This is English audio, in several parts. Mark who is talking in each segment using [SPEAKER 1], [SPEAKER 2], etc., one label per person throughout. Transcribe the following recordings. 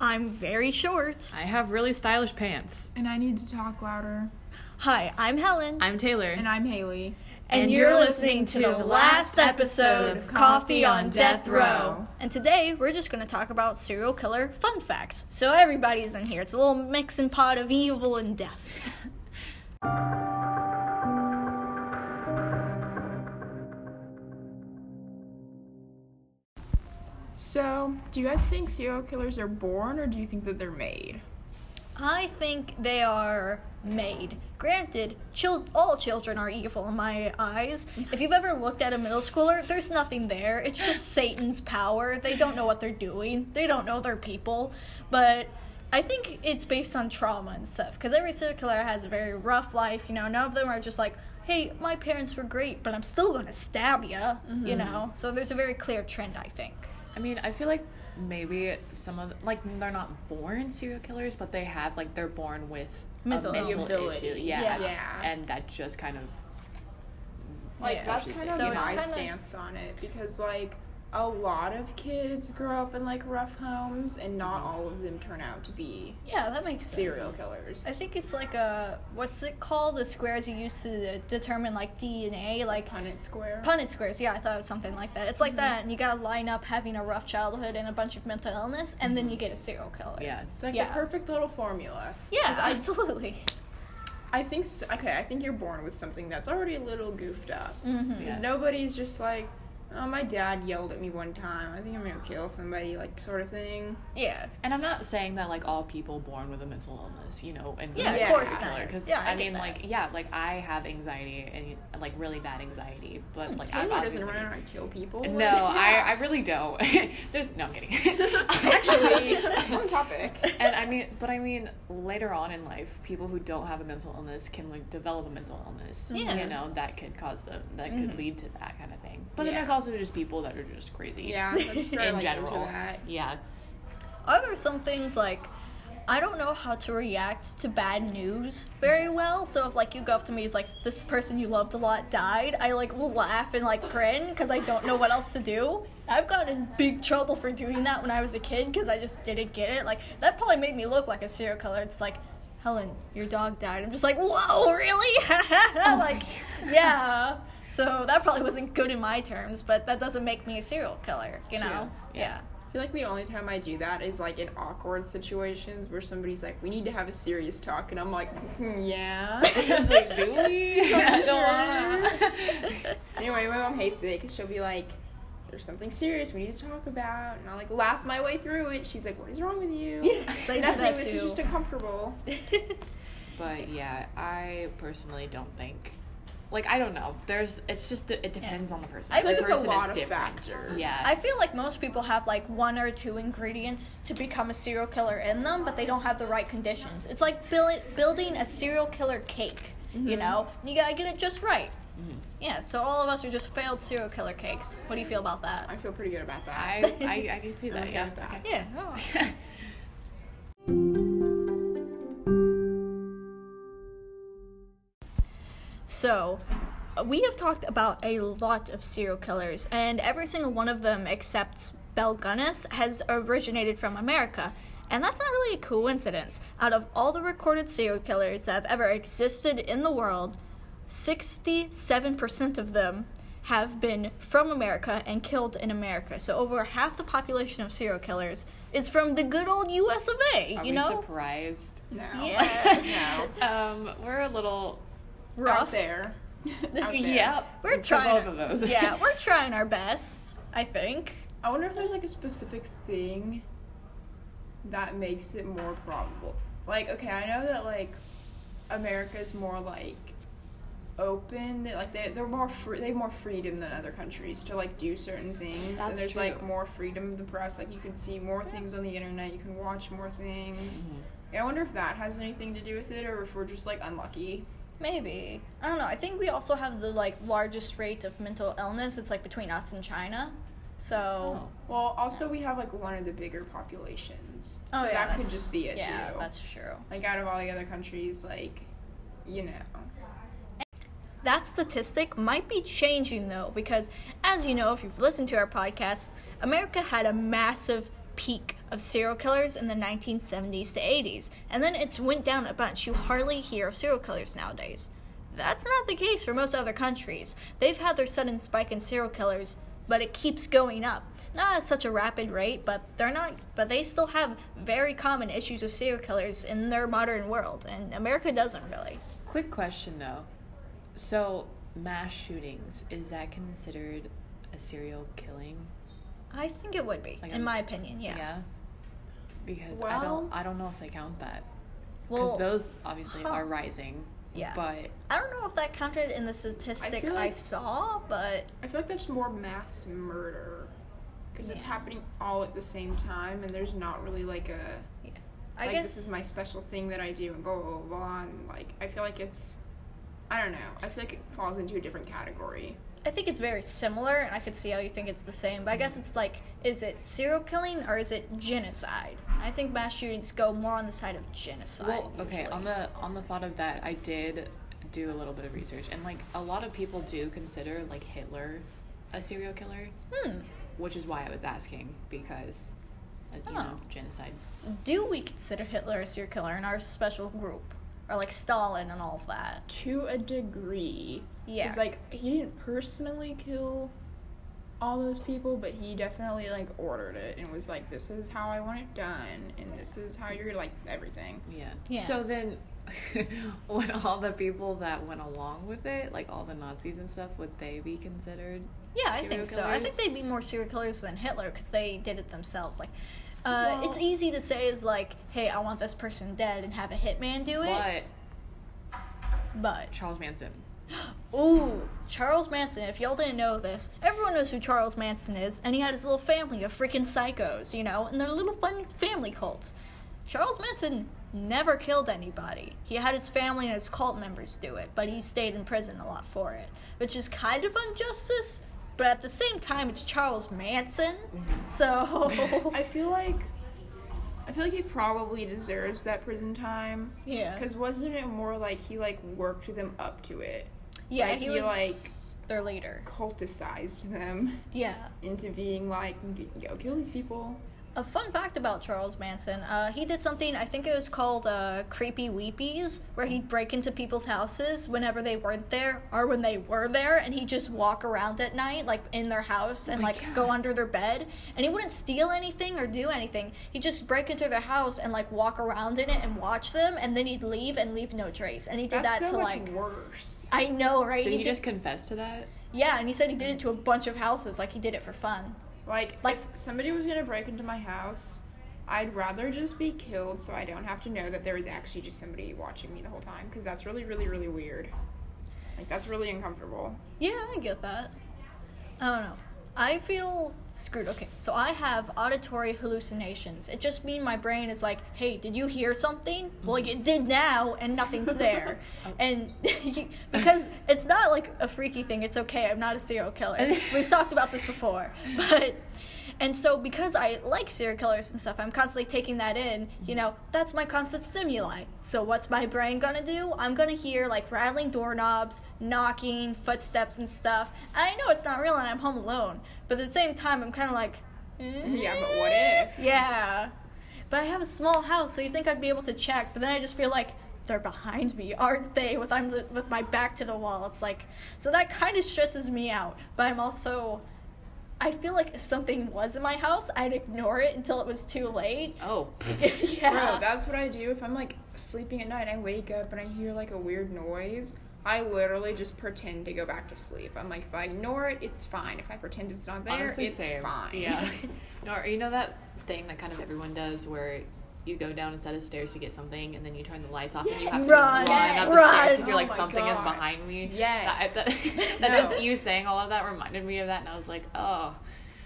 [SPEAKER 1] I'm very short.
[SPEAKER 2] I have really stylish pants.
[SPEAKER 3] And I need to talk louder.
[SPEAKER 1] Hi, I'm Helen.
[SPEAKER 2] I'm Taylor.
[SPEAKER 3] And I'm Haley.
[SPEAKER 1] and, you're, listening, to the last episode of Coffee on Death Row. And today we're just going to talk about serial killer fun facts. So everybody's in here. It's a little mix and pot of evil and death.
[SPEAKER 3] So, do you guys think serial killers are born or do you think that they're made?
[SPEAKER 1] I think they are made. Granted, chil- all children are evil in my eyes. If you've ever looked at a middle schooler, there's nothing there. It's just Satan's power. They don't know what they're doing, they don't know they're people. But I think it's based on trauma and stuff, because every serial killer has a very rough life. You know, none of them are just like, hey, my parents were great, but I'm still going to stab you. You know? So there's a very clear trend, I think.
[SPEAKER 2] I mean, I feel like maybe some of like they're not born serial killers, but they have like they're born with
[SPEAKER 1] Mental
[SPEAKER 2] a mental
[SPEAKER 3] Ability.
[SPEAKER 2] issue. Yeah.
[SPEAKER 1] Yeah.
[SPEAKER 3] Yeah.
[SPEAKER 2] And that just kind of
[SPEAKER 3] Like,
[SPEAKER 1] Yeah.
[SPEAKER 3] that's
[SPEAKER 2] She's
[SPEAKER 3] kind
[SPEAKER 2] a
[SPEAKER 3] of
[SPEAKER 2] So it's
[SPEAKER 3] my
[SPEAKER 1] kinda-
[SPEAKER 3] stance on it because, like, a lot of kids grow up in, like, rough homes and not all of them turn out to be
[SPEAKER 1] Yeah, that makes sense.
[SPEAKER 3] serial killers.
[SPEAKER 1] I think it's like a what's it called? The squares you use to determine like DNA, like
[SPEAKER 3] Punnett Square.
[SPEAKER 1] Punnett squares. Yeah, I thought it was something like that. It's
[SPEAKER 2] Mm-hmm.
[SPEAKER 1] like that, and you gotta line up having a rough childhood and a bunch of mental illness, and then you get a serial killer.
[SPEAKER 2] Mm-hmm. yeah.
[SPEAKER 3] It's like
[SPEAKER 1] Yeah.
[SPEAKER 3] the perfect little formula.
[SPEAKER 1] yeah,
[SPEAKER 3] 'Cause I
[SPEAKER 1] absolutely.
[SPEAKER 3] I think s okay. I think you're born with something that's already a little goofed up.
[SPEAKER 1] hmm
[SPEAKER 3] Because
[SPEAKER 2] Yeah.
[SPEAKER 3] nobody's just like, oh, my dad yelled at me one time. I think I'm gonna kill somebody, like sort of thing.
[SPEAKER 1] Yeah,
[SPEAKER 2] And I'm not saying that like all people born with a mental illness, you know, and
[SPEAKER 1] Yeah,
[SPEAKER 3] of course
[SPEAKER 1] not.
[SPEAKER 2] Because
[SPEAKER 1] Yeah, I
[SPEAKER 2] I,
[SPEAKER 1] get
[SPEAKER 2] mean,
[SPEAKER 1] that.
[SPEAKER 2] like yeah, like I have anxiety and like really bad anxiety, but like
[SPEAKER 3] Taylor
[SPEAKER 2] I've
[SPEAKER 3] doesn't
[SPEAKER 2] obviously-
[SPEAKER 3] run around and kill people.
[SPEAKER 2] No, I, I really don't. There's no, I'm kidding.
[SPEAKER 3] actually on topic.
[SPEAKER 2] and I mean, but I mean, later on in life, people who don't have a mental illness can like develop a mental illness.
[SPEAKER 1] Yeah.
[SPEAKER 2] You know, that could cause them, that
[SPEAKER 1] Mhm.
[SPEAKER 2] could lead to that kind of thing. But then
[SPEAKER 3] Mm-hmm. Yeah.
[SPEAKER 2] there's also just people that are just crazy.
[SPEAKER 3] Yeah, let's start,
[SPEAKER 2] In
[SPEAKER 3] like,
[SPEAKER 2] general.
[SPEAKER 3] Into that.
[SPEAKER 2] Yeah.
[SPEAKER 1] Are there some things like I don't know how to react to bad news very well. So if like you go up to me, it's like this person you loved a lot died. I like will laugh and like grin because I don't know what else to do. I've gotten in big trouble for doing that when I was a kid because I just didn't get it. Like that probably made me look like a serial killer. It's like, Helen, your dog died. I'm just like, whoa, really? like, yeah. So that probably wasn't good in my terms, but that doesn't make me a serial killer, you know?
[SPEAKER 2] Yeah.
[SPEAKER 1] yeah.
[SPEAKER 3] I feel like the only time I do that is like in awkward situations where somebody's like, "We need to have a serious talk," and I'm like, "Hmm, "Yeah."
[SPEAKER 2] I was like, do we?
[SPEAKER 3] Not
[SPEAKER 2] Go
[SPEAKER 3] sure.
[SPEAKER 2] on.
[SPEAKER 3] Anyway, my mom hates it because she'll be like, "There's something serious we need to talk about," and I'll like laugh my way through it. She's like, "What is wrong with you?"
[SPEAKER 1] Yeah, they do
[SPEAKER 3] Nothing.
[SPEAKER 1] that
[SPEAKER 3] This is
[SPEAKER 1] too.
[SPEAKER 3] just uncomfortable.
[SPEAKER 2] But yeah, I personally don't think. Like I don't know. There's it's just it depends on the person.
[SPEAKER 1] I
[SPEAKER 2] The
[SPEAKER 1] think
[SPEAKER 3] it's a
[SPEAKER 2] person is
[SPEAKER 3] lot of
[SPEAKER 2] different.
[SPEAKER 3] factors.
[SPEAKER 2] Yeah.
[SPEAKER 1] I feel like most people have like one or two ingredients to become a serial killer in them, but they don't have the right conditions. It's like buil- building a serial killer cake, you know? You gotta get it just right.
[SPEAKER 2] Mhm.
[SPEAKER 1] Yeah, so all of us are just failed serial killer cakes. What do you feel about that?
[SPEAKER 3] I feel pretty good about that.
[SPEAKER 2] I, I I can see that.
[SPEAKER 3] Okay
[SPEAKER 2] yeah.
[SPEAKER 3] with that.
[SPEAKER 2] Okay.
[SPEAKER 1] Yeah. oh. So, uh, we have talked about a lot of serial killers, and every single one of them, except Bel Gunnis, has originated from America. And that's not really a coincidence. Out of all the recorded serial killers that have ever existed in the world, 67% of them have been from America and killed in America. So over half the population of serial killers is from the good old US of A,
[SPEAKER 2] Are
[SPEAKER 1] you
[SPEAKER 2] we
[SPEAKER 1] know?
[SPEAKER 2] surprised?
[SPEAKER 3] no.
[SPEAKER 1] Yeah.
[SPEAKER 2] Um, we're a little.
[SPEAKER 3] Out
[SPEAKER 1] Rough.
[SPEAKER 3] there. Out there.
[SPEAKER 2] Yep.
[SPEAKER 1] We're
[SPEAKER 2] to
[SPEAKER 1] trying.
[SPEAKER 2] both of those.
[SPEAKER 1] yeah, we're trying our best, I think.
[SPEAKER 3] I wonder if there's like a specific thing that makes it more probable. Like, okay, I know that like America's more like open. They, like they they're more free. They have more freedom than other countries to like do certain things.
[SPEAKER 2] That's
[SPEAKER 3] and there's like
[SPEAKER 2] true.
[SPEAKER 3] more freedom of the press. Like you can see more things on the internet. You can watch more things.
[SPEAKER 1] Mm-hmm.
[SPEAKER 3] I wonder if that has anything to do with it, or if we're just like unlucky.
[SPEAKER 1] Maybe. I don't know. I think we also have the like largest rate of mental illness. It's like between us and China. So
[SPEAKER 2] Oh.
[SPEAKER 3] Well, also we have like one of the bigger populations.
[SPEAKER 1] Oh,
[SPEAKER 3] so
[SPEAKER 1] yeah,
[SPEAKER 3] that could
[SPEAKER 1] that's-
[SPEAKER 3] just be it
[SPEAKER 1] yeah,
[SPEAKER 3] too.
[SPEAKER 1] that's true.
[SPEAKER 3] like out of all the other countries, like you know.
[SPEAKER 1] That statistic might be changing though, because as you know, if you've listened to our podcast, America had a massive peak of serial killers in the 1970s to 80s, and then it's went down a bunch. You hardly hear of serial killers nowadays. That's not the case for most other countries. They've had their sudden spike in serial killers, but it keeps going up. Not at such a rapid rate, but they're not but they still have very common issues of serial killers in their modern world, and America doesn't really.
[SPEAKER 2] Quick question though. So, mass shootings, is that considered a serial killing?
[SPEAKER 1] I think it would be,
[SPEAKER 2] Like
[SPEAKER 1] in
[SPEAKER 2] a-
[SPEAKER 1] my opinion, yeah.
[SPEAKER 2] Because I
[SPEAKER 3] Well-
[SPEAKER 2] don't I don't know if they count that. Because
[SPEAKER 1] Well,
[SPEAKER 2] those obviously
[SPEAKER 1] huh.
[SPEAKER 2] are rising.
[SPEAKER 1] yeah.
[SPEAKER 2] But
[SPEAKER 1] I don't know if that counted in the statistic I,
[SPEAKER 3] feel like-
[SPEAKER 1] saw, but
[SPEAKER 3] I feel like that's more mass murder because it's
[SPEAKER 1] Yeah.
[SPEAKER 3] happening all at the same time, and there's not really like a
[SPEAKER 1] I
[SPEAKER 3] like
[SPEAKER 1] guess
[SPEAKER 3] this is my special thing that I do and go on. Like I feel like it's, I don't know. I feel like it falls into a different category.
[SPEAKER 1] I think it's very similar, and I could see how you think it's the same. But I guess it's like, is it serial killing or is it genocide? I think mass shootings go more on the side of genocide.
[SPEAKER 2] well, okay, on
[SPEAKER 1] usually.
[SPEAKER 2] the on the thought of that, I did do a little bit of research and like a lot of people do consider like Hitler a serial killer,
[SPEAKER 1] hmm.
[SPEAKER 2] which is why I was asking because like, you know,
[SPEAKER 1] Oh.
[SPEAKER 2] genocide.
[SPEAKER 1] Do we consider Hitler a serial killer in our special group, or like Stalin and all of that?
[SPEAKER 3] To a degree,
[SPEAKER 1] Yeah.
[SPEAKER 3] It's like he didn't personally kill all those people, but he definitely like ordered it and was like, "This is how I want it done, and this is how you're like everything."
[SPEAKER 2] Yeah.
[SPEAKER 1] Yeah.
[SPEAKER 2] So then, when all the people that went along with it, like all the Nazis and stuff, would they be considered?
[SPEAKER 1] Yeah, I
[SPEAKER 2] Serial
[SPEAKER 1] think so. I
[SPEAKER 2] killers?
[SPEAKER 1] think they'd be more serial killers than Hitler because they did it themselves. Like, uh,
[SPEAKER 3] Well-
[SPEAKER 1] it's easy to say is like, hey, I want this person dead and have a hitman do it.
[SPEAKER 2] But
[SPEAKER 1] But
[SPEAKER 2] Charles Manson.
[SPEAKER 1] ooh, Charles Manson. If y'all didn't know this, everyone knows who Charles Manson is, and he had his little family of freaking psychos, you know, and their little fun family cult. Charles Manson never killed anybody. He had his family and his cult members do it, but he stayed in prison a lot for it, which is kind of injustice. But at the same time, it's Charles Manson. So,
[SPEAKER 3] I feel like I feel like he probably deserves that prison time
[SPEAKER 1] yeah.
[SPEAKER 3] because wasn't it more like he like worked them up to it?
[SPEAKER 1] Yeah,
[SPEAKER 3] like,
[SPEAKER 1] he
[SPEAKER 3] he,
[SPEAKER 1] was
[SPEAKER 3] like-
[SPEAKER 1] their leader.
[SPEAKER 3] Culticized them
[SPEAKER 1] Yeah.
[SPEAKER 3] into being like, "Go kill these people."
[SPEAKER 1] A fun fact about Charles Manson, uh, he did something, I think it was called uh, Creepy Weepies, where he'd break into people's houses whenever they weren't there or when they were there, and he'd just walk around at night, like in their house, and
[SPEAKER 2] Oh my
[SPEAKER 1] like
[SPEAKER 2] God.
[SPEAKER 1] go under their bed. And he wouldn't steal anything or do anything. He'd just break into their house and like walk around in it and watch them, and then he'd leave and leave no trace. And he did
[SPEAKER 3] That's
[SPEAKER 1] that
[SPEAKER 3] so
[SPEAKER 1] to
[SPEAKER 3] much
[SPEAKER 1] like.
[SPEAKER 3] worse.
[SPEAKER 1] I know, right?
[SPEAKER 2] Did he
[SPEAKER 1] did-
[SPEAKER 2] just confess to that?
[SPEAKER 1] yeah, and he said he did it to a bunch of houses, like he did it for fun.
[SPEAKER 3] Like,
[SPEAKER 1] Like-
[SPEAKER 3] like if somebody was gonna break into my house, I'd rather just be killed so I don't have to know that there was actually just somebody watching me the whole time because that's really, really, really weird. Like that's really uncomfortable.
[SPEAKER 1] Yeah, I get that. I don't know. I feel screwed. Okay, so I have auditory hallucinations. It just means my brain is like, hey, did you hear something? Well, like, it did now, and nothing's there.
[SPEAKER 2] Oh.
[SPEAKER 1] and because it's not like a freaky thing, it's okay. I'm not a serial killer. We've talked about this before. But, and so because I like serial killers and stuff, I'm constantly taking that in. You know, that's my constant stimuli. So what's my brain gonna do? I'm gonna hear like rattling doorknobs, knocking, footsteps, and stuff. And I know it's not real, and I'm home alone. But at the same time, I'm kind of like, eh,
[SPEAKER 3] Yeah, but what if?
[SPEAKER 1] yeah. But I have a small house, so you think I'd be able to check, but then I just feel like they're behind me, aren't they? With I'm the, with my back to the wall. It's like so that kind of stresses me out, but I'm also I feel like if something was in my house, I'd ignore it until it was too late.
[SPEAKER 2] Oh,
[SPEAKER 1] yeah.
[SPEAKER 3] Bro, that's what I do if I'm like sleeping at night. I wake up and I hear like a weird noise. I literally just pretend to go back to sleep. I'm like, if I ignore it, it's fine. If I pretend it's not there,
[SPEAKER 2] honestly,
[SPEAKER 3] it's
[SPEAKER 2] same.
[SPEAKER 3] fine.
[SPEAKER 2] Yeah. no, you know that thing that kind of everyone does where you go down a set of stairs to get something and then you turn the lights off and you have
[SPEAKER 1] Run,
[SPEAKER 2] to run up the
[SPEAKER 1] run.
[SPEAKER 2] stairs because you're
[SPEAKER 3] Oh
[SPEAKER 2] like
[SPEAKER 3] my
[SPEAKER 2] something is
[SPEAKER 3] God.
[SPEAKER 2] behind me.
[SPEAKER 3] Yes.
[SPEAKER 2] That, that,
[SPEAKER 3] No.
[SPEAKER 2] that just you saying all of that reminded me of that, and I was like, oh.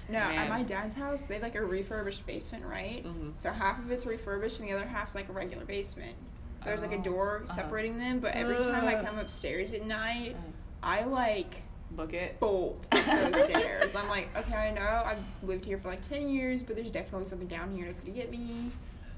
[SPEAKER 3] No,
[SPEAKER 2] Man.
[SPEAKER 3] at my dad's house, they have like a refurbished basement, right?
[SPEAKER 2] Mhm.
[SPEAKER 3] So half of it's refurbished and the other half's like a regular basement. There's like
[SPEAKER 2] Oh,
[SPEAKER 3] a door
[SPEAKER 2] uh-huh.
[SPEAKER 3] separating them, but every time I
[SPEAKER 1] Ugh.
[SPEAKER 3] come upstairs at night,
[SPEAKER 2] Uh.
[SPEAKER 3] I like
[SPEAKER 2] Book it.
[SPEAKER 3] bolt up those stairs. I'm like, okay, I know I've lived here for like 10 years, but there's definitely something down here that's gonna get me.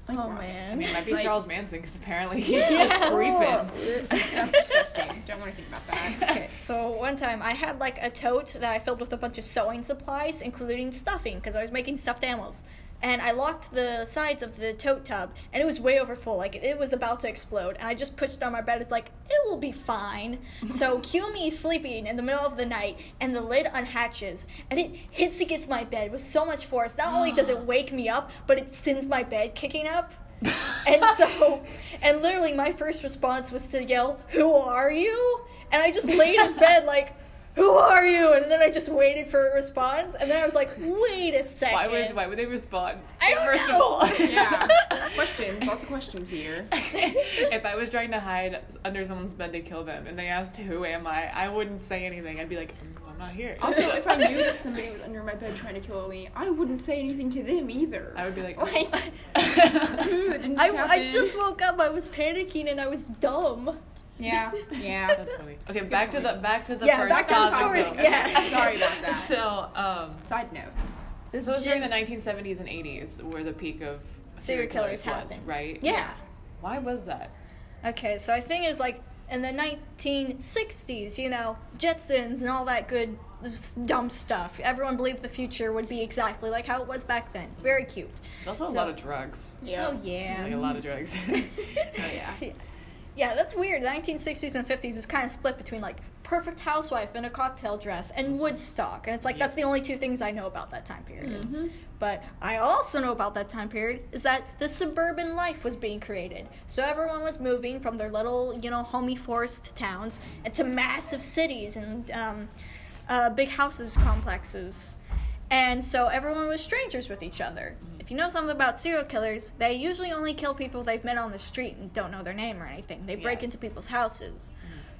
[SPEAKER 3] Like,
[SPEAKER 1] oh
[SPEAKER 3] wow.
[SPEAKER 2] I mean, it
[SPEAKER 1] man.
[SPEAKER 2] might be
[SPEAKER 3] Like-
[SPEAKER 2] Charles Manson because apparently he's
[SPEAKER 1] Yeah.
[SPEAKER 2] just creeping.
[SPEAKER 3] That's disgusting. Don't want to think about that.
[SPEAKER 1] Okay, so one time I had like a tote that I filled with a bunch of sewing supplies, including stuffing, because I was making stuffed animals. and I locked the sides of the tote tub, and it was way over full. Like it was about to explode, and I just pushed on my bed. It's like it will be fine. so cue me sleeping in the middle of the night, and the lid unhatches, and it hits against my bed with so much force. Not only does it wake me up, but it sends my bed kicking up. and so, and literally, my first response was to yell, "Who are you?" And I just laid in bed like. Who are you? And then I just waited for a response, and then I was like, "Wait a second.
[SPEAKER 2] Why would why would they respond?
[SPEAKER 1] I don't
[SPEAKER 2] first
[SPEAKER 1] know.
[SPEAKER 2] of all,
[SPEAKER 3] Yeah. questions. Lots of questions here.
[SPEAKER 2] if I was trying to hide under someone's bed to kill them, and they asked who am I, I wouldn't say anything. I'd be like, "Mm, I'm not here.
[SPEAKER 3] Also, if I knew that somebody was under my bed trying to kill me, I wouldn't say anything to them either.
[SPEAKER 2] I would be like,
[SPEAKER 3] Like, ooh, that
[SPEAKER 2] "Mm."
[SPEAKER 3] didn't
[SPEAKER 1] I,
[SPEAKER 3] happen.
[SPEAKER 1] I just woke up. I was panicking and I was dumb.
[SPEAKER 3] yeah, yeah.
[SPEAKER 2] That's funny. Okay, back to the back to the
[SPEAKER 1] Yeah,
[SPEAKER 2] first
[SPEAKER 1] back to the
[SPEAKER 2] topic,
[SPEAKER 1] story,
[SPEAKER 2] though.
[SPEAKER 1] yeah.
[SPEAKER 3] Sorry about that.
[SPEAKER 2] So, um,
[SPEAKER 3] Side notes.
[SPEAKER 1] This
[SPEAKER 2] so it was during the
[SPEAKER 1] gym-
[SPEAKER 2] 1970s and 80s where the peak of
[SPEAKER 1] serial killers happened,
[SPEAKER 2] was, right?
[SPEAKER 1] Yeah.
[SPEAKER 2] Why was that?
[SPEAKER 1] Okay, so I think it was like in the 1960s. You know, Jetsons and all that good s- dumb stuff. Everyone believed the future would be exactly like how it was back then. Very cute.
[SPEAKER 2] There's also a
[SPEAKER 1] So-
[SPEAKER 2] lot of drugs.
[SPEAKER 3] Yeah. Oh,
[SPEAKER 1] Oh yeah.
[SPEAKER 2] Like a lot of drugs.
[SPEAKER 3] yeah.
[SPEAKER 1] yeah. Yeah, that's weird. The 1960s and 50s is kind of split between like Perfect Housewife in a cocktail dress and Woodstock. And it's like
[SPEAKER 2] Yeah.
[SPEAKER 1] that's the only two things I know about that time period.
[SPEAKER 3] Mm-hmm.
[SPEAKER 1] But I also know about that time period is that the suburban life was being created. So everyone was moving from their little, you know, homey forest towns into massive cities and um, uh, big houses complexes. And so everyone was strangers with each other. If you know something about serial killers, they usually only kill people they've met on the street and don't know their name or anything. They break
[SPEAKER 2] Yeah.
[SPEAKER 1] into people's houses.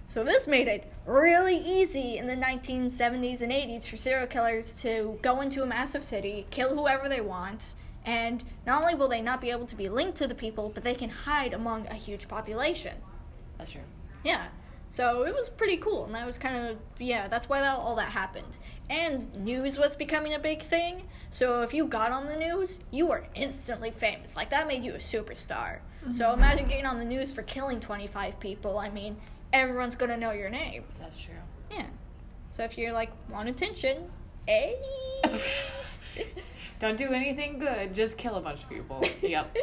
[SPEAKER 1] So this made it really easy in the 1970s and 80s for serial killers to go into a massive city, kill whoever they want, and not only will they not be able to be linked to the people, but they can hide among a huge population.
[SPEAKER 2] That's true.
[SPEAKER 1] Yeah. So it was pretty cool, and that was kind of yeah. That's why that, all that happened. And news was becoming a big thing. So if you got on the news, you were instantly famous. Like that made you a superstar. So imagine getting on the news for killing 25 people. I mean, everyone's gonna know your name.
[SPEAKER 2] That's true.
[SPEAKER 1] Yeah. So if you're like want attention, eh?
[SPEAKER 2] Don't do anything good. Just kill a bunch of people. Yep.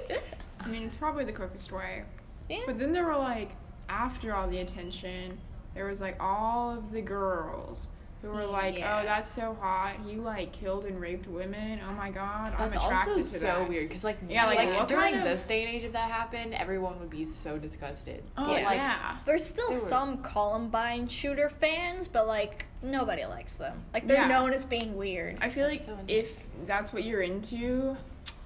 [SPEAKER 3] I mean, it's probably the quickest way.
[SPEAKER 1] yeah.
[SPEAKER 3] But then there were like, after all the attention, there was like all of the girls who were like,
[SPEAKER 1] Yeah.
[SPEAKER 3] "Oh, that's so hot. He like killed and raped women. Oh my god,
[SPEAKER 2] That's
[SPEAKER 3] I'm attracted
[SPEAKER 2] also so
[SPEAKER 3] to that."
[SPEAKER 2] weird because, like,
[SPEAKER 3] Yeah, like,
[SPEAKER 2] like,
[SPEAKER 3] what
[SPEAKER 2] during
[SPEAKER 3] kind of-
[SPEAKER 2] this day and age, if that happened, everyone would be so disgusted.
[SPEAKER 3] Oh
[SPEAKER 1] Yeah.
[SPEAKER 3] yeah.
[SPEAKER 2] Like,
[SPEAKER 1] There's still
[SPEAKER 2] They were-
[SPEAKER 1] some Columbine shooter fans, but like nobody likes them. Like they're
[SPEAKER 3] Yeah.
[SPEAKER 1] known as being weird.
[SPEAKER 3] I feel like
[SPEAKER 2] That's so
[SPEAKER 3] if that's what you're into,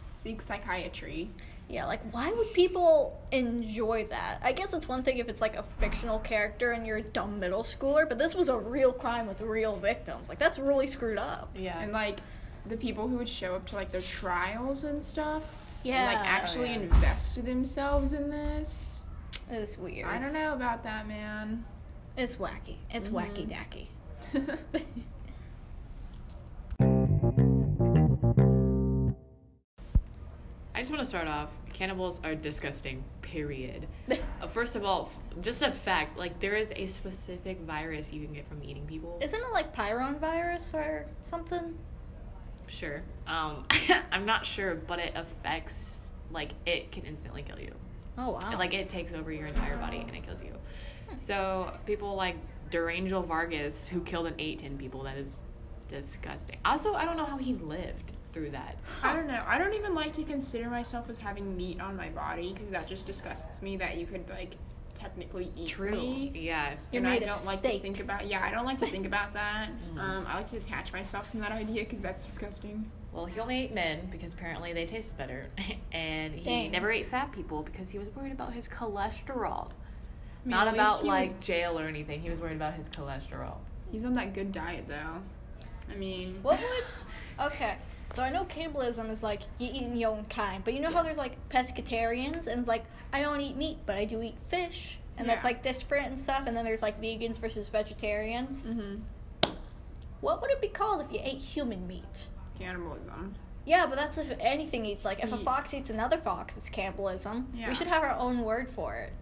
[SPEAKER 3] seek psychiatry.
[SPEAKER 1] Yeah, like why would people enjoy that? I guess it's one thing if it's like a fictional character and you're a dumb middle schooler, but this was a real crime with real victims. Like that's really screwed up.
[SPEAKER 2] Yeah.
[SPEAKER 3] And like the people who would show up to like their trials and stuff.
[SPEAKER 1] Yeah,
[SPEAKER 3] And like actually
[SPEAKER 2] yeah.
[SPEAKER 3] invest themselves in this.
[SPEAKER 1] it's weird.
[SPEAKER 3] I don't know Mm-hmm. about that, man.
[SPEAKER 1] It's wacky. It's wacky dacky.
[SPEAKER 2] I just want to start off. Cannibals are disgusting. Period. Uh, First of all, f- just a fact. Like there is a specific virus you can get from eating people.
[SPEAKER 1] Isn't it like Pyron virus or something?
[SPEAKER 2] sure. Um, I'm not sure, but it affects. Like it can instantly kill you.
[SPEAKER 1] Oh wow.
[SPEAKER 2] It, like it takes over your entire body and it kills you.
[SPEAKER 3] Hmm.
[SPEAKER 2] So people like Durangel Vargas, who killed and ate ten people, that is disgusting. Also, I don't know how he lived through that.
[SPEAKER 3] I don't know. I don't even like to consider myself as having meat on my body because that just disgusts me that you could like technically eat me.
[SPEAKER 2] Yeah.
[SPEAKER 1] You're
[SPEAKER 3] and I
[SPEAKER 1] made of
[SPEAKER 3] don't like to
[SPEAKER 1] steak.
[SPEAKER 3] think about. Yeah, I don't like to think about that. Um, I like to detach myself from that idea because that's disgusting.
[SPEAKER 2] Well, he only ate men because apparently they tasted better, and he
[SPEAKER 1] Dang.
[SPEAKER 2] never ate fat people because he was worried about his cholesterol.
[SPEAKER 3] I mean,
[SPEAKER 2] Not
[SPEAKER 3] at least
[SPEAKER 2] about
[SPEAKER 3] he
[SPEAKER 2] like
[SPEAKER 3] was-
[SPEAKER 2] jail or anything. He was worried about his cholesterol.
[SPEAKER 3] he's on that good diet though. I mean,
[SPEAKER 1] What would? Okay, so I know cannibalism is like you eating your own kind, but you know how there's like pescatarians and it's like I don't eat meat, but I do eat fish, and that's
[SPEAKER 3] Yeah.
[SPEAKER 1] like different and stuff. And then there's like vegans versus vegetarians.
[SPEAKER 3] Mhm.
[SPEAKER 1] What would it be called if you ate human meat?
[SPEAKER 3] cannibalism.
[SPEAKER 1] Yeah, but that's if anything eats. Like if a
[SPEAKER 3] Ye-
[SPEAKER 1] fox eats another fox, it's cannibalism.
[SPEAKER 3] Yeah.
[SPEAKER 1] We should have our own word for it.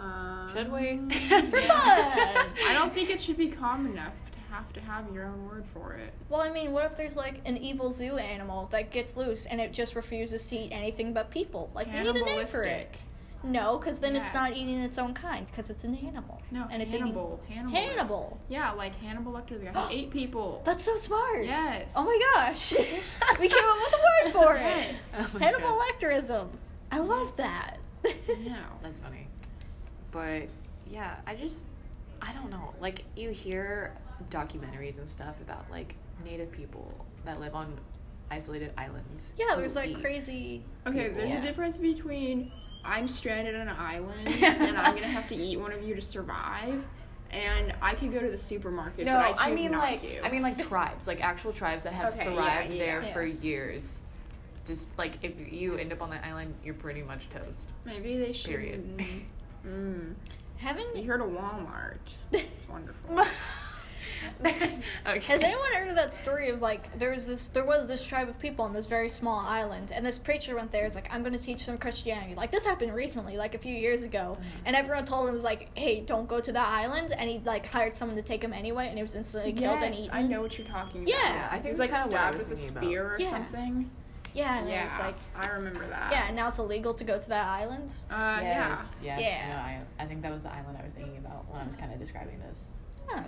[SPEAKER 3] Um,
[SPEAKER 2] Should we?
[SPEAKER 3] Mm,
[SPEAKER 1] For fun.
[SPEAKER 3] I don't think it should be common enough to have to have your own word for it.
[SPEAKER 1] Well, I mean, what if there's like an evil zoo animal that gets loose and it just refuses to eat anything but people? Like, we need a name for it. No, because then it's not
[SPEAKER 3] Yes.
[SPEAKER 1] eating its own kind because it's an animal.
[SPEAKER 3] No,
[SPEAKER 1] and it's
[SPEAKER 3] Hannibal.
[SPEAKER 1] eating
[SPEAKER 3] Hannibal. is-
[SPEAKER 1] Hannibal.
[SPEAKER 3] Yeah, like Hannibal Lecter. The guy who ate people.
[SPEAKER 1] That's so smart.
[SPEAKER 3] Yes.
[SPEAKER 1] Oh my gosh, we came up with a word for it.
[SPEAKER 3] Yes.
[SPEAKER 2] Oh my
[SPEAKER 1] Hannibal
[SPEAKER 2] God.
[SPEAKER 1] Lecterism. I love that.
[SPEAKER 3] No.
[SPEAKER 2] That's funny. But yeah, I just I don't know. Like you hear documentaries and stuff about like native people that live on isolated islands.
[SPEAKER 1] yeah,
[SPEAKER 2] who
[SPEAKER 1] there's like
[SPEAKER 2] eat.
[SPEAKER 1] crazy.
[SPEAKER 3] Okay,
[SPEAKER 2] people.
[SPEAKER 3] there's
[SPEAKER 1] Yeah.
[SPEAKER 3] a difference between I'm stranded on an island and I'm gonna have to eat one of you to survive, and I could go to the supermarket,
[SPEAKER 2] No,
[SPEAKER 3] but I
[SPEAKER 2] I,
[SPEAKER 3] choose
[SPEAKER 2] mean
[SPEAKER 3] not
[SPEAKER 2] like
[SPEAKER 3] to.
[SPEAKER 2] I mean like tribes, like actual tribes that have
[SPEAKER 3] Okay, yeah,
[SPEAKER 2] thrived
[SPEAKER 3] yeah,
[SPEAKER 2] there
[SPEAKER 1] yeah.
[SPEAKER 2] for
[SPEAKER 1] Yeah.
[SPEAKER 2] years. Just like if you end up on that island, you're pretty much toast.
[SPEAKER 3] maybe they should.
[SPEAKER 2] Period.
[SPEAKER 3] Mm.
[SPEAKER 1] Having
[SPEAKER 3] You heard of Walmart. It's wonderful.
[SPEAKER 2] okay.
[SPEAKER 1] Has anyone heard of that story of like there was this there was this tribe of people on this very small island and this preacher went there is like I'm gonna teach them Christianity like this happened recently like a few years ago
[SPEAKER 3] Mm-hmm.
[SPEAKER 1] and everyone told him was like hey don't go to that island and he like hired someone to take him anyway and he was instantly killed and
[SPEAKER 3] Yes,
[SPEAKER 1] eaten
[SPEAKER 3] I know what you're talking about.
[SPEAKER 1] Yeah,
[SPEAKER 2] I think
[SPEAKER 3] He was,
[SPEAKER 2] that's
[SPEAKER 3] like
[SPEAKER 2] kinda what I
[SPEAKER 3] stabbed
[SPEAKER 2] was
[SPEAKER 3] with a
[SPEAKER 2] thinking about.
[SPEAKER 3] spear or
[SPEAKER 1] Yeah.
[SPEAKER 3] something.
[SPEAKER 1] yeah and
[SPEAKER 3] yeah,
[SPEAKER 1] yeah. was like
[SPEAKER 3] I remember that.
[SPEAKER 1] yeah and now it's illegal to go to that island
[SPEAKER 3] Uh, yeah.
[SPEAKER 2] Yes, yeah.
[SPEAKER 1] Yeah.
[SPEAKER 2] No, I, I think that was the island I was thinking about when I was kind of describing this.
[SPEAKER 1] huh.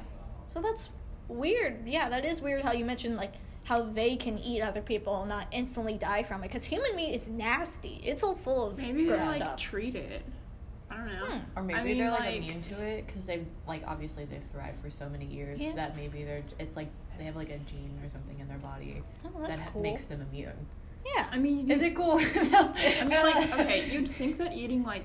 [SPEAKER 1] so that's weird yeah that is weird how you mentioned like how they can eat other people and not instantly die from it because human meat is nasty it's all full of
[SPEAKER 3] Maybe they
[SPEAKER 1] gross
[SPEAKER 3] like
[SPEAKER 1] stuff.
[SPEAKER 3] treat it. I don't know.
[SPEAKER 1] Hmm.
[SPEAKER 2] Or maybe
[SPEAKER 3] I mean,
[SPEAKER 2] they're like,
[SPEAKER 3] like-
[SPEAKER 2] immune to it because they've like obviously they've thrived for so many years
[SPEAKER 1] Yeah.
[SPEAKER 2] that maybe they're it's like they have like a gene or something in their body
[SPEAKER 1] oh, that's
[SPEAKER 2] that ha-
[SPEAKER 1] cool
[SPEAKER 2] makes them immune.
[SPEAKER 1] yeah
[SPEAKER 3] I mean, you
[SPEAKER 2] Is
[SPEAKER 3] do-
[SPEAKER 2] it cool?
[SPEAKER 3] I mean, like, okay, you'd think that eating like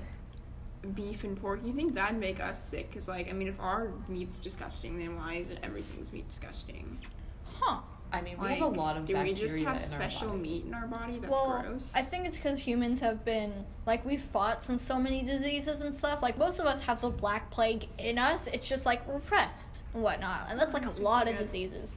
[SPEAKER 3] beef and pork, you think that'd make us sick? Cause like, I mean, if our meat's disgusting, then why is it everything's meat disgusting?
[SPEAKER 1] Huh.
[SPEAKER 2] I mean, we
[SPEAKER 3] Like,
[SPEAKER 2] have a lot of
[SPEAKER 3] do we
[SPEAKER 2] bacteria
[SPEAKER 3] just have
[SPEAKER 2] in
[SPEAKER 3] special
[SPEAKER 2] our body.
[SPEAKER 3] meat in our body? That's
[SPEAKER 1] well,
[SPEAKER 3] gross.
[SPEAKER 1] I think it's because humans have been like we've fought since so many diseases and stuff. Like most of us have the black plague in us. It's just like repressed and whatnot, and
[SPEAKER 2] Oh,
[SPEAKER 1] that's like
[SPEAKER 3] That's
[SPEAKER 1] a lot of
[SPEAKER 3] good.
[SPEAKER 1] diseases.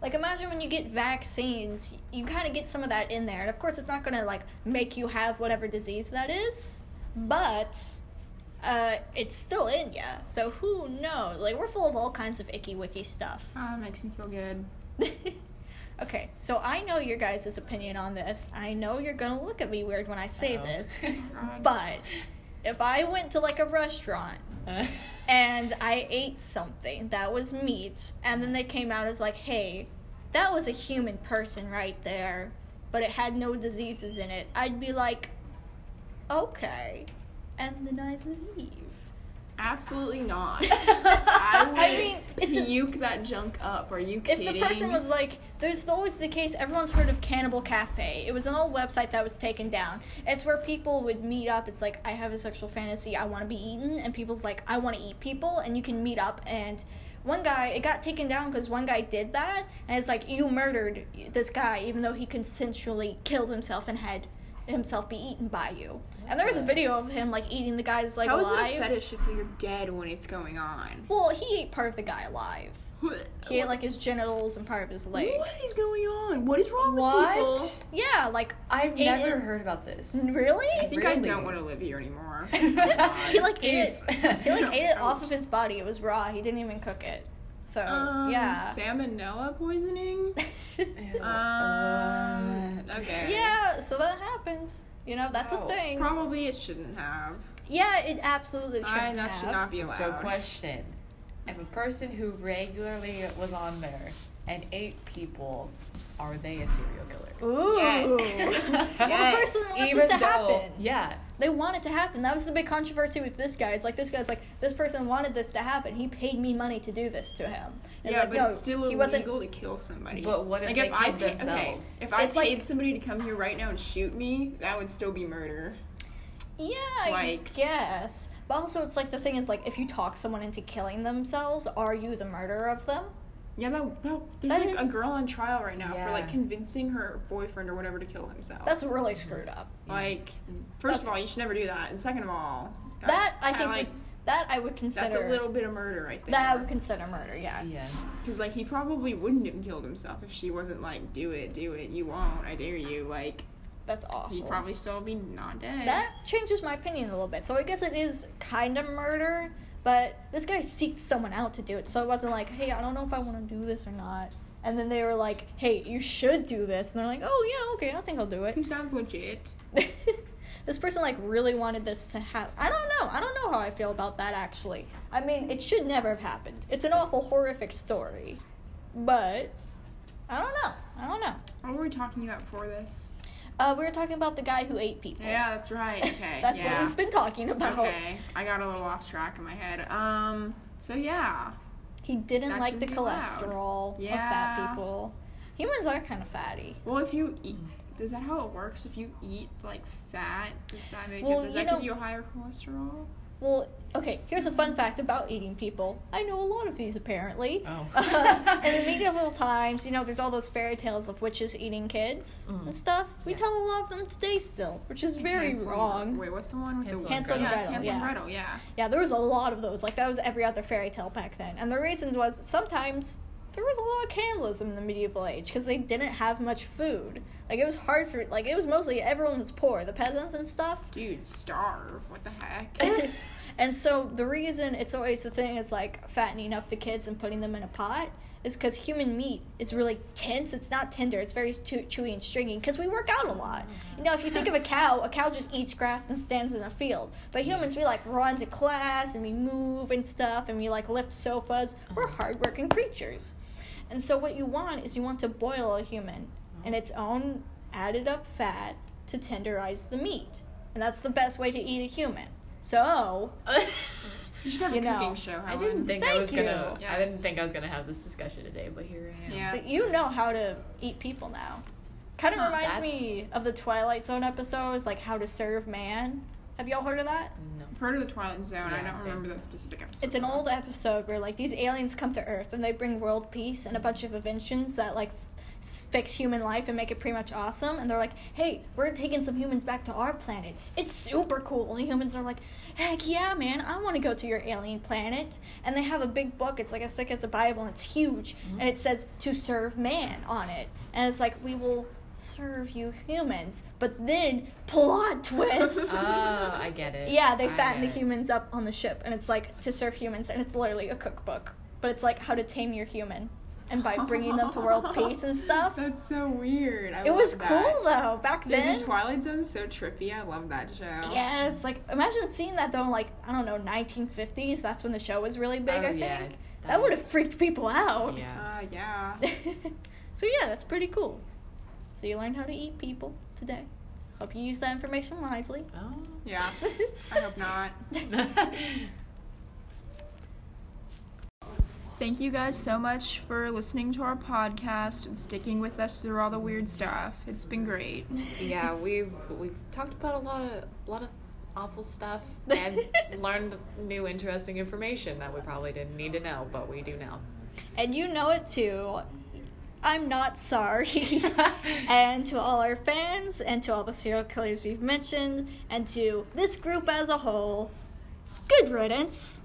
[SPEAKER 1] Like imagine when you get vaccines, y- you kind of get some of that in there, and of course it's not gonna like make you have whatever disease that is, but uh, it's still in ya. So who knows? Like we're full of all kinds of icky wicky stuff.
[SPEAKER 3] Ah, makes me feel good.
[SPEAKER 1] okay, so I know your guys' opinion on this. I know you're gonna look at me weird when I say
[SPEAKER 2] Uh-oh.
[SPEAKER 1] this,
[SPEAKER 3] God.
[SPEAKER 1] but if I went to like a restaurant and I ate something that was meat, and then they came out as like, hey, that was a human person right there, but it had no diseases in it, I'd be like, okay. And then I leave.
[SPEAKER 3] Absolutely not. I would
[SPEAKER 2] I
[SPEAKER 1] I mean, it's a-
[SPEAKER 3] puke that junk up. Are you
[SPEAKER 1] If
[SPEAKER 3] kidding?
[SPEAKER 1] the person was like, there's always the case, everyone's heard of Cannibal Cafe. It was an old website that was taken down. It's where people would meet up. It's like, I have a sexual fantasy, I want to be eaten. And people's like, I want to eat people. And you can meet up. And one guy, it got taken down because one guy did that. And it's like, you murdered this guy, even though he consensually killed himself and had himself be eaten by you. And there was a video of him like eating the guy's like
[SPEAKER 3] how is
[SPEAKER 1] alive.
[SPEAKER 3] it a fetish if you're dead when it's going on?
[SPEAKER 1] well, he ate part of the guy alive. He ate like his genitals and part of his leg.
[SPEAKER 3] what is going on? What is wrong
[SPEAKER 2] What?
[SPEAKER 3] with people?
[SPEAKER 1] Yeah, like
[SPEAKER 2] I've
[SPEAKER 1] It-
[SPEAKER 2] never
[SPEAKER 1] it-
[SPEAKER 2] heard about this.
[SPEAKER 1] Really?
[SPEAKER 3] I think I
[SPEAKER 2] Really?
[SPEAKER 3] don't want to live here anymore.
[SPEAKER 1] he like ate it. He
[SPEAKER 2] Please.
[SPEAKER 1] like ate it
[SPEAKER 3] Ouch.
[SPEAKER 1] off of his body. It was raw. He didn't even cook it. So
[SPEAKER 3] Um,
[SPEAKER 1] yeah. Uh,
[SPEAKER 3] Salmonella poisoning? Um,
[SPEAKER 2] Uh,
[SPEAKER 3] okay.
[SPEAKER 1] yeah. So that happened. You know, that's
[SPEAKER 2] Oh,
[SPEAKER 1] a thing.
[SPEAKER 3] Probably it shouldn't have.
[SPEAKER 1] yeah, it absolutely should
[SPEAKER 3] I, that should not
[SPEAKER 1] have.
[SPEAKER 3] be allowed.
[SPEAKER 2] So, question: If a person who regularly was on there and ate people, are they a serial killer?
[SPEAKER 1] Ooh.
[SPEAKER 3] Yes.
[SPEAKER 1] Well, the
[SPEAKER 3] Yes.
[SPEAKER 1] person wants it to happen.
[SPEAKER 2] yeah,
[SPEAKER 1] They want it to happen. That was the big controversy with this guy. It's like this guy's like, this person wanted this to happen. He paid me money to do this to him. And
[SPEAKER 3] yeah,
[SPEAKER 1] like,
[SPEAKER 3] but
[SPEAKER 1] no,
[SPEAKER 3] it's still
[SPEAKER 1] he
[SPEAKER 3] illegal
[SPEAKER 1] wasn't.
[SPEAKER 3] to kill somebody.
[SPEAKER 2] But what if
[SPEAKER 3] like
[SPEAKER 2] they
[SPEAKER 3] if I
[SPEAKER 2] killed
[SPEAKER 3] pay,
[SPEAKER 2] themselves?
[SPEAKER 3] Okay, if I
[SPEAKER 1] It's like-
[SPEAKER 3] paid somebody to come here right now and shoot me, that would still be murder.
[SPEAKER 1] Yeah, I
[SPEAKER 3] Like-
[SPEAKER 1] guess. But also, it's like the thing is like, if you talk someone into killing themselves, are you the murderer of them?
[SPEAKER 3] Yeah, that, that there's
[SPEAKER 1] That
[SPEAKER 3] like
[SPEAKER 1] is-
[SPEAKER 3] a girl on trial right now
[SPEAKER 2] Yeah.
[SPEAKER 3] for like convincing her boyfriend or whatever to kill himself.
[SPEAKER 1] That's really screwed up.
[SPEAKER 3] like, first of all, you should never do that, and second of all, that's
[SPEAKER 1] that I
[SPEAKER 3] kinda
[SPEAKER 1] think
[SPEAKER 3] like
[SPEAKER 1] would, that I would consider
[SPEAKER 3] that's a little bit of murder right there.
[SPEAKER 1] that I would consider murder. Yeah.
[SPEAKER 2] yeah.
[SPEAKER 3] Because, like, he probably wouldn't have killed himself if she wasn't like, do it, do it, you won't, I dare you. Like,
[SPEAKER 1] That's awful.
[SPEAKER 3] he'd probably still be not dead.
[SPEAKER 1] That changes my opinion a little bit. So I guess it is kind of murder, But this guy seeked someone out to do it, so it wasn't like, hey, I don't know if I want to do this or not. And then they were like, hey, you should do this. And they're like, oh, yeah, okay, I think I'll do
[SPEAKER 3] He
[SPEAKER 1] it.
[SPEAKER 3] sounds legit.
[SPEAKER 1] this person, like, really wanted this to happen. I don't know. I don't know how I feel about that, actually. I mean, it should never have happened. It's an awful, horrific story. But, I don't know. I don't know.
[SPEAKER 3] What were we talking about before this?
[SPEAKER 1] Uh, we were talking about the guy who ate people.
[SPEAKER 3] Yeah, that's right. Okay.
[SPEAKER 1] That's
[SPEAKER 3] yeah.
[SPEAKER 1] what we've been talking about.
[SPEAKER 3] Okay, I got a little off track in my head. Um, so yeah,
[SPEAKER 1] He didn't
[SPEAKER 3] That
[SPEAKER 1] like the
[SPEAKER 3] shouldn't be allowed.
[SPEAKER 1] cholesterol of
[SPEAKER 3] Yeah.
[SPEAKER 1] fat people. Humans are kind of fatty.
[SPEAKER 3] well, if you eat, is that how it works? If you eat like fat, does that make
[SPEAKER 1] Well,
[SPEAKER 3] it, does
[SPEAKER 1] you
[SPEAKER 3] that
[SPEAKER 1] know-
[SPEAKER 3] give you a higher cholesterol?
[SPEAKER 1] Well, okay, here's a fun fact about eating people. I know a lot of these apparently.
[SPEAKER 2] Oh.
[SPEAKER 1] in the medieval times, you know, there's all those fairy tales of witches eating kids
[SPEAKER 2] Mm.
[SPEAKER 1] and stuff. We
[SPEAKER 2] Yeah.
[SPEAKER 1] tell a lot of them today still, which is very
[SPEAKER 3] Hansel-
[SPEAKER 1] wrong.
[SPEAKER 3] Wait, what's the one with
[SPEAKER 2] Hansel
[SPEAKER 3] the
[SPEAKER 2] and Hansel
[SPEAKER 1] and
[SPEAKER 3] yeah, it's
[SPEAKER 1] Gretel,
[SPEAKER 3] Hansel and
[SPEAKER 1] yeah.
[SPEAKER 3] Gretel, yeah.
[SPEAKER 1] Yeah, there was a lot of those. Like that was every other fairy tale back then. And the reason was sometimes there was a lot of cannibalism in the medieval age because they didn't have much food. Like it was hard for like it was mostly everyone was poor, the peasants and stuff.
[SPEAKER 3] Dude, starve. What the heck?
[SPEAKER 1] and so the reason it's always the thing is like fattening up the kids and putting them in a pot is because human meat is really tense. It's not tender. It's very chew- chewy and stringy because we work out a lot. You know, if you think of a cow, a cow just eats grass and stands in a field. But humans, we like run to class and we move and stuff and we like lift sofas. We're hardworking creatures. And so what you want is you want to boil a human
[SPEAKER 3] Mm-hmm.
[SPEAKER 1] in its own added up fat to tenderize the meat. And that's the best way to eat a human. So,
[SPEAKER 3] you should have a
[SPEAKER 1] You know,
[SPEAKER 3] cooking show,
[SPEAKER 2] I
[SPEAKER 3] Helen.
[SPEAKER 2] didn't think I
[SPEAKER 1] Thank
[SPEAKER 2] was gonna.
[SPEAKER 3] you.
[SPEAKER 2] I didn't
[SPEAKER 3] Yes.
[SPEAKER 2] think I was gonna have this discussion today, but here I am.
[SPEAKER 3] Yeah.
[SPEAKER 1] so you know how to eat people now. Kind of
[SPEAKER 3] Huh,
[SPEAKER 1] reminds
[SPEAKER 2] that's-
[SPEAKER 1] me of the Twilight Zone episodes, like how to serve man. Have y'all heard of that?
[SPEAKER 2] No.
[SPEAKER 3] I've heard of the Twilight Zone. I
[SPEAKER 2] Yeah,
[SPEAKER 3] don't
[SPEAKER 2] same.
[SPEAKER 3] remember that specific episode.
[SPEAKER 1] It's an old episode where like these aliens come to Earth and they bring world peace and a bunch of inventions that like s- fix human life and make it pretty much awesome. And they're like, "Hey, we're taking some humans back to our planet. It's super cool." And the humans are like, "Heck yeah, man! I want to go to your alien planet." And they have a big book. It's like as thick as a Bible. And it's huge, and it says "To serve man" on it. And it's like, "We will." Serve you humans, but then plot twist.
[SPEAKER 2] Oh, I get it.
[SPEAKER 1] Yeah, they
[SPEAKER 2] I
[SPEAKER 1] fatten the
[SPEAKER 2] get it.
[SPEAKER 1] humans up on the ship, and it's like to serve humans, and it's literally a cookbook. But it's like how to tame your human, and by bringing them to world peace and stuff.
[SPEAKER 3] That's so weird. I
[SPEAKER 1] It was
[SPEAKER 3] love that.
[SPEAKER 1] cool though back
[SPEAKER 3] Dude,
[SPEAKER 1] then.
[SPEAKER 3] Twilight Zone's so trippy. I love that show.
[SPEAKER 1] Yes, like imagine seeing that though. in, Like I don't know, 1950s. That's when the show was really big.
[SPEAKER 2] Oh,
[SPEAKER 1] I think
[SPEAKER 2] yeah,
[SPEAKER 1] that, would have freaked people out.
[SPEAKER 2] Yeah.
[SPEAKER 3] Uh, yeah.
[SPEAKER 1] so yeah, that's pretty cool. So you learned how to eat people today. Hope you use that information wisely.
[SPEAKER 2] Oh.
[SPEAKER 3] Yeah. I hope not. Thank you guys so much for listening to our podcast and sticking with us through all the weird stuff. It's been great.
[SPEAKER 2] yeah, we've we've talked about a lot of a lot of awful stuff and learned new interesting information that we probably didn't need to know, but we do now.
[SPEAKER 1] And you know it too. I'm not sorry. and to all our fans, and to all the serial killers we've mentioned, and to this group as a whole, good riddance.